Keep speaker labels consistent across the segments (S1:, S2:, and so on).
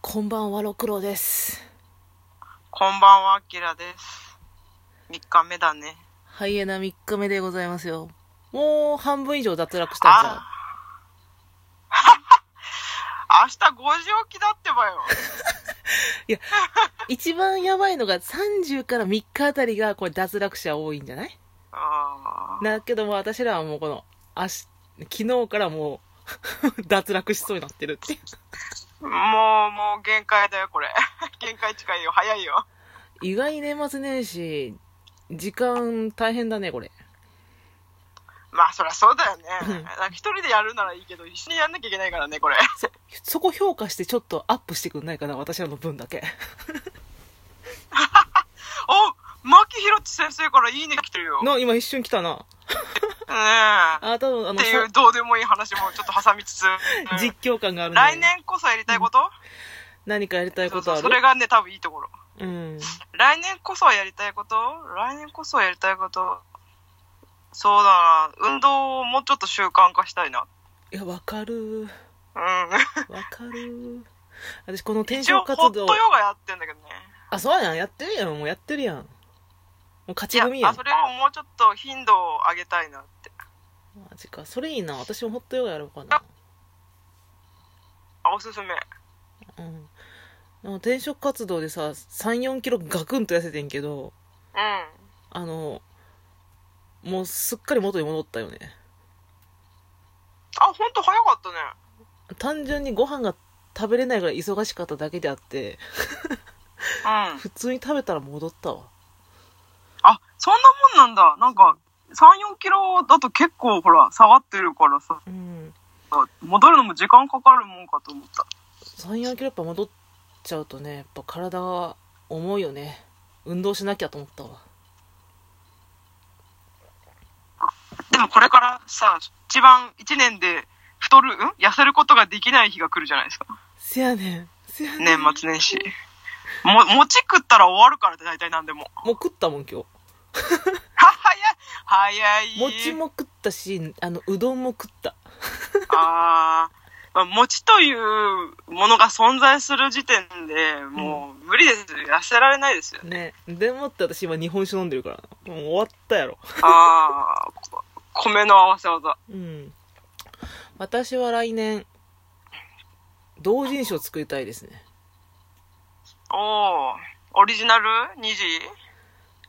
S1: こんばんは、ろくろです。
S2: こんばんは、あきらです。3日目だね。
S1: ハイエナ3日目でございますよ。もう半分以上脱落したんじゃん
S2: あ。 明日5時起きだってばよ。
S1: 一番やばいのが30から3日あたりがこれ脱落者多いんじゃない
S2: あー
S1: だけども私らはもうこの、明日、昨日からもう 脱落しそうになってるっていう。
S2: もう、もう限界だよ、これ。 限界近いよ、早いよ。
S1: 意外に年末年始、時間大変だね、これ。
S2: まあ、そりゃそうだよね
S1: うん。
S2: だから一人でやるならいいけど、一緒にやんなきゃいけないからね、これ。
S1: そこ評価してちょっとアップしてくんないかな、私らの分だ け。
S2: お牧ひろち先生からいいね来てるよ。ね
S1: な、今一瞬来たな。
S2: え。
S1: あ、多分あ
S2: っ
S1: の、
S2: ていう
S1: さ
S2: どうでもいい話もちょっと挟みつつ。うん
S1: 実況感があるね
S2: 来年こそやりたいこと
S1: 何かやりたい
S2: そ
S1: こ
S2: うそ
S1: とあ
S2: う
S1: る
S2: それがね、多分いいところ。
S1: うん。
S2: 来年こそはやりたいこと来年こそはやりたいことそうだな運動をもうちょっと習慣化したいない
S1: や、わかる。
S2: うん
S1: わかる。私、この転
S2: 一応
S1: 職
S2: ホ
S1: 活
S2: ットヨ
S1: 動。
S2: ガやってんだけどね
S1: あ、そうやん。やってるやん。もうやってるやん。もう勝
S2: い
S1: ち
S2: や
S1: 組や
S2: あ
S1: ん
S2: そ。れをもうちょっと頻度を上げたいなって
S1: マジか。それいいな。私もホットヨガやろうかな。
S2: あおすすめ
S1: うん。でも転職活動でさ、3、4キロガクンと痩せてんけど、
S2: うん
S1: あの、もうすっかり元に戻ったよね。
S2: あ本当早かったね
S1: 単純にご飯が食べれないぐらい忙しかっただけであって、
S2: うん
S1: 普通に食べたら戻ったわ。
S2: あそんなもんなんだなんか34キロだと結構ほら下がってるからさ
S1: うん。
S2: 戻るのも時間かかるもんかと思った
S1: 34キロやっぱ戻っちゃうとねやっぱ体が重いよね運動しなきゃと思ったわ
S2: でもこれからさ、一番一年で太る、ん痩せることができない日が来るじゃないですか。
S1: せやねんせやねん
S2: 年末年始。も、餅食ったら終わるからって大体何でも。
S1: もう食ったもん今日
S2: は、早い。早い。
S1: 餅。も食ったしあのうどんも食った
S2: あー。まあ、餅というものが存在する時点で、もう無理です。痩せられないですよ。
S1: ねでもって私今日本酒飲んでるからもう終わったやろ
S2: あー。こ米の合わせ技。
S1: うん私は来年同人誌を作りたいですね
S2: おー。オリジナル ?2 時
S1: い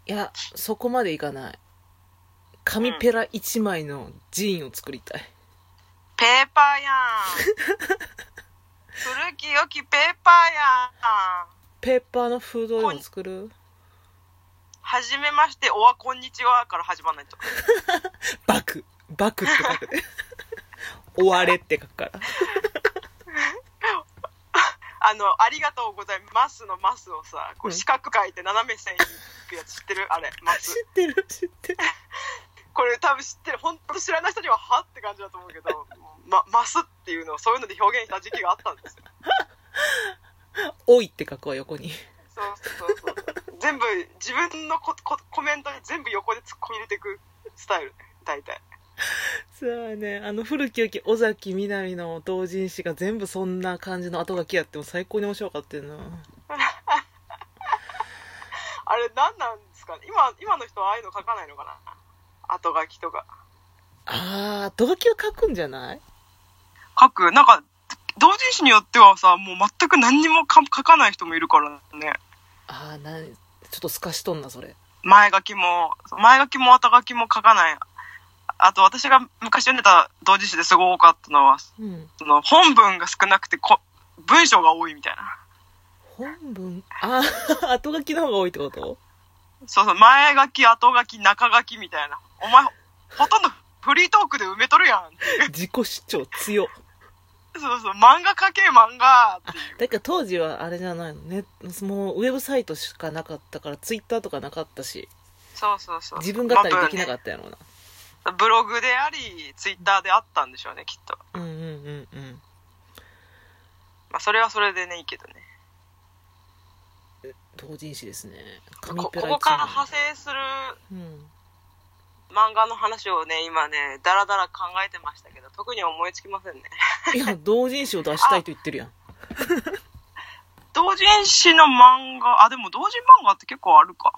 S1: やそこまでいかない紙ペラ1枚のジーンを作りたい
S2: ペーパーやん。古き良きペーパーやん。
S1: ペーパーのフードでも作る
S2: はじめまして、おはこんにちはから始まらないと。
S1: バク。バクって書くで。終われって書くから。
S2: あの、ありがとうございますのますをさ、こう四角書いて斜め線に行くやつ知ってるあれ、ます
S1: 知。ってる知ってる。
S2: これ多分知ってる、本当知らない人にははって感じだと思うけど、ま、ますっていうのをそういうので表現した時期があったんですよ。
S1: おいって書くわ、横に。
S2: そうそうそうそう。全部、自分のここコメントに全部横で突っ込み入れていくスタイル、大体。
S1: そうやね。あの、古き良き尾崎みなみの同人誌が全部そんな感じの後書きやっても最高に面白かったよな。
S2: あれ何なんですかね今、今の人はああいうの書かないのかな後書きとか。
S1: あー、後書きは書くんじゃない
S2: 書くなんか同人誌によってはさもう全く何にもか書かない人もいるからね
S1: あー、なん、ちょっと透かしとんな、それ。
S2: 前書きも前書きも後書きも書かないあと私が昔読んでた同人誌ですごい多かったのは
S1: うん。
S2: その本文が少なくてこ文章が多いみたいな
S1: 本文、あー、後書きの方が多いってこと
S2: そうそう前書き後書き中書きみたいなお前ほとんどフリートークで埋めとるやんっていう
S1: 自己主張強。
S2: そうそう漫画書け漫画っていう
S1: だから当時はあれじゃないのね。もうウェブサイトしかなかったから、ツイッターとかなかったし。
S2: そうそうそう
S1: 自分語りできなか
S2: っ
S1: ったやろうな、
S2: たブログでありツイッターであったんでしょうねきっと
S1: うんうんうんうん
S2: まあ、それはそれでね、いいけどね。
S1: 同人誌ですね紙
S2: ここ
S1: ペラ
S2: こから
S1: 一
S2: 派
S1: 枚
S2: 生する
S1: うん、
S2: 漫画の話をね、今ね、だらだら考えてましたけど、特に思いつきませんね。
S1: いや同人誌を出したいと言ってるやん
S2: 同人誌の漫画、あ、でも同人漫画って結構あるか。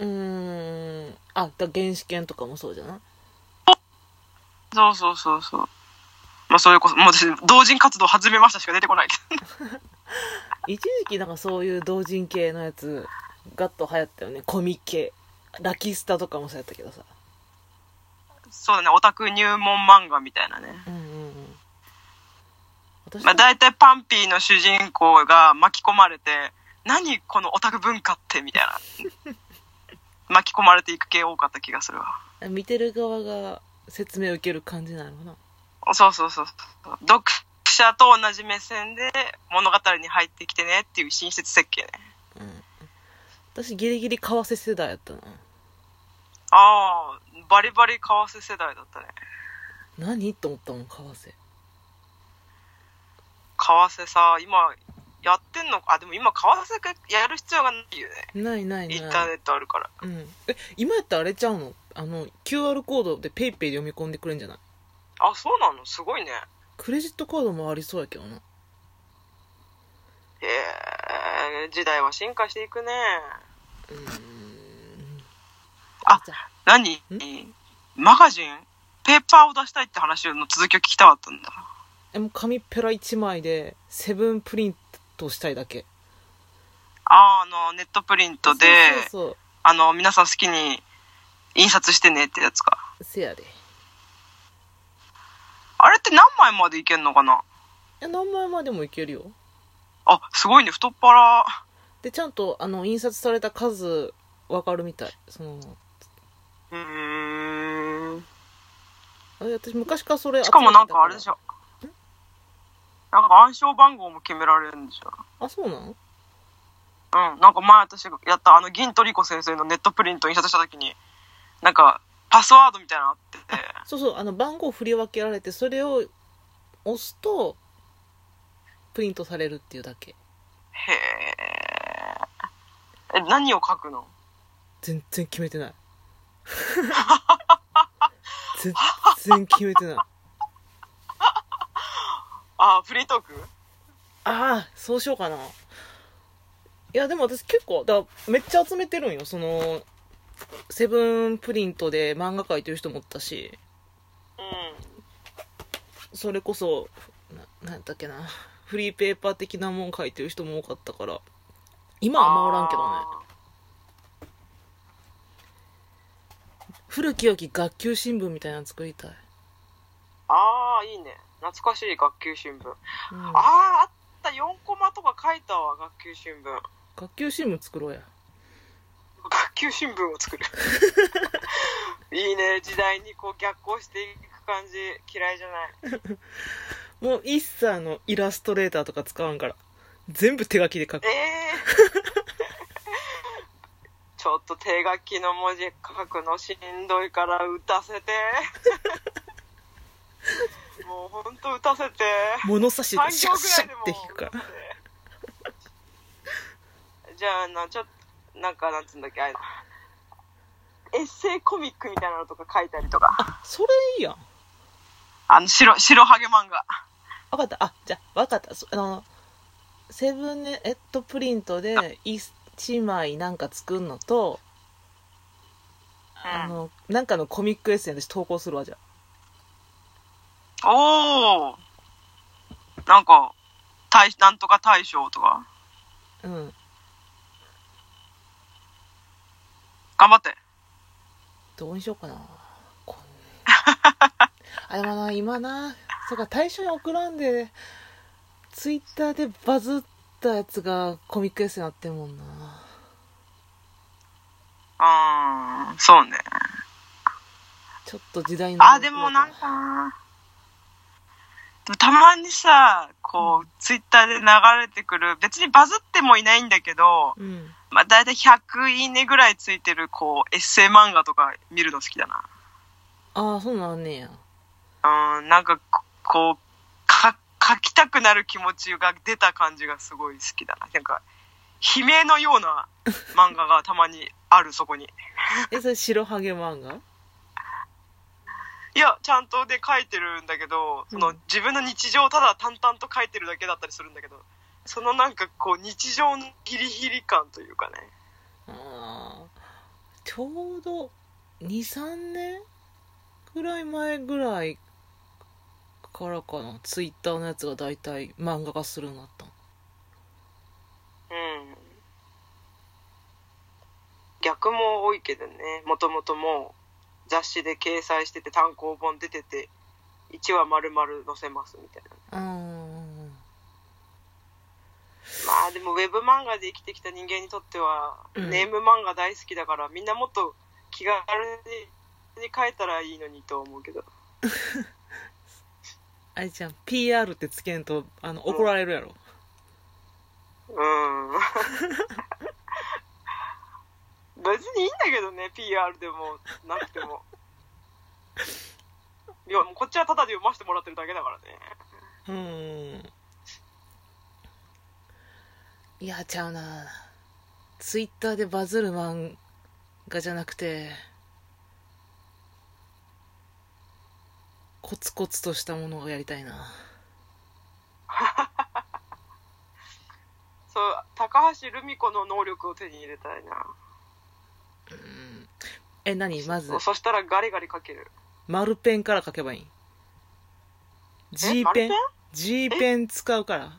S1: うーんあだ原始犬とかもそうじゃない
S2: そうそうそうそう。まあ、それこそ、もう私、同人活動始めましたしか出てこないけど。
S1: 一時期なんかそういう同人系のやつガッと流行ったよねコミ系ラキスタとかもそうやったけどさ
S2: そうだね、オタク入門漫画みたいなね。
S1: うんうんうん私
S2: まあ、
S1: も
S2: 大体パンピーの主人公が巻き込まれて、何このオタク文化ってみたいな。 巻き込まれていく系多かった気がするわ。
S1: 見てる側が説明受ける感じなのかな
S2: そうそうそうそう。読者と同じ目線で物語に入ってきてねっていう親切設計ね。
S1: 私ギリギリ為替世代やったな
S2: ああ、バリバリ為替世代だったね。
S1: 何と思ったもん為替
S2: 為替さ、今、やってんのか。あ、でも今、為替やる必要がないよね。
S1: ないないない
S2: インターネットあるから。
S1: うん、え今やったらあれちゃうのあの QR コードで PayPay ペイペイで読み込んでくれんじゃない
S2: あ、そうなのすごいね。
S1: クレジットカードもありそうやけどな
S2: えー、時代は進化していくね。
S1: あ
S2: あ何マガジンペーパーを出したいって話の続きを聞きたかったんだ。
S1: えもう紙ペラ1枚でセブンプリントしたいだけ
S2: あーあの、ネットプリントで、
S1: そうそう
S2: あの、皆さん好きに印刷してねってやつか。
S1: そうせやで
S2: あれって何枚までいけんのかな
S1: え何枚までもいけるよ
S2: あ、すごいね、太っ腹。
S1: でちゃんとあの印刷された数わかるみたいその
S2: うーん。
S1: あれ私昔からそれ
S2: しかもなんかあれでし
S1: ょ
S2: ょ。なんか暗証番号も決められるんでしょ。
S1: あそうなん
S2: うん、なんか前私がやったあの銀トリコ先生のネットプリント印刷した時になんかパスワードみたいなのあってて
S1: そうそうあの番号振り分けられてそれを押すとプリントされるっていうだけ
S2: へええ何を書くの
S1: 全然決めてない全然決めてないあ
S2: あフリートーク
S1: あーそうしようかないやでも私結構だからめっちゃ集めてるんよそのセブンプリントで漫画描いてる人もおったし
S2: う
S1: それこそななんだっけなフリーペーパー的なもん書いてる人も多かったから今はあんまおらんけどね古き良き学級新聞みたいなの作りたい、
S2: ああいいね懐かしい学級新聞、あ
S1: うん
S2: ああった4コマとか書いたわ学級新聞
S1: 学級新聞作ろうや
S2: 学級新聞を作 るいいね時代にこう逆行していく感じ嫌いじゃない
S1: もう一切のイラストレーターとか使わんから全部手書きで書く
S2: ええ ちょっと手書きの文字書くのしんどいから打たせてもうほんと打たせて
S1: 物差しでシャッシャッって引くから
S2: じゃあなちょっとなんかなんつうんだっけあれエッセイコミックみたいなのとか書いたりとか
S1: それいいやん
S2: あの白白ハゲ漫画
S1: 分かったあじゃあ分かったそあのセブンネットプリントで1枚なんか作るのと、あのなんかのコミックエッセン私投稿するわじゃあ
S2: おおなんか大なんとか大賞とか
S1: うん
S2: 頑張って
S1: どうにしようか なこんあでもな今なそうか対象に送らんでツイッターでバズったやつがコミックエッセイになってるもんな
S2: あーそうね
S1: ちょっと時代の
S2: あでもなんかなでもたまにさこうツイッターで流れてくる別にバズってもいないんだけど
S1: うん
S2: まあ、大体100いいねぐらいついてる、こう、エッセイ漫画とか見るの好きだな。
S1: ああそうなんあんねや
S2: うん、なんか、こう、か、書きたくなる気持ちが出た感じがすごい好きだな。なんか、悲鳴のような漫画がたまにある、そこに。
S1: えそれ白ハゲ漫画
S2: いや、ちゃんとで書いてるんだけど、その
S1: うん
S2: 自分の日常をただ淡々と書いてるだけだったりするんだけど、そのなんかこう日常のヒリヒリ感というかね。
S1: あーちょうど23年ぐらい前ぐらいからかなツイッターのやつが大体漫画化するようになったの
S2: うん。逆も多いけどね、もともともう雑誌で掲載してて単行本出てて、1話丸々載せますみたいな。
S1: うん
S2: まあでもウェブ漫画で生きてきた人間にとっては、
S1: うん
S2: ネーム漫画大好きだからみんなもっと気軽に書いたらいいのにと思うけど
S1: あれじゃん PR ってつけんとあの怒られるやろ
S2: うん別にいいんだけどね PR でもなくてもいやもうこっちはタダで読ませてもらってるだけだからね
S1: うんいやちゃうなツイッターでバズる漫画じゃなくてコツコツとしたものをやりたいな
S2: そう高橋留美子の能力を手に入れたいな
S1: うんえ何まず
S2: そうそしたらガリガリ書ける
S1: 丸ペンから書けばいい
S2: え
S1: G
S2: 丸
S1: ペ
S2: ペ
S1: ン
S2: ン
S1: G ペン使うから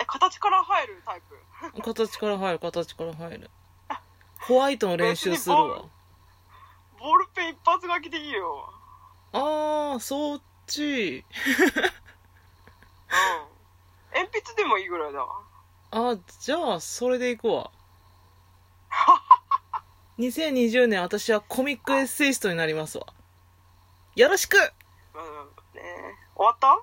S2: え形から入るタイプ
S1: 形から入る形から入るホワイトの練習する
S2: 別
S1: わ
S2: にボールペン一発書きでいいよ
S1: ああそっち
S2: うん鉛筆でもいいぐらいだわ
S1: あじゃあそれでいくわ2020年私はコミックエッセイストになりますわよろしく
S2: うんね終わった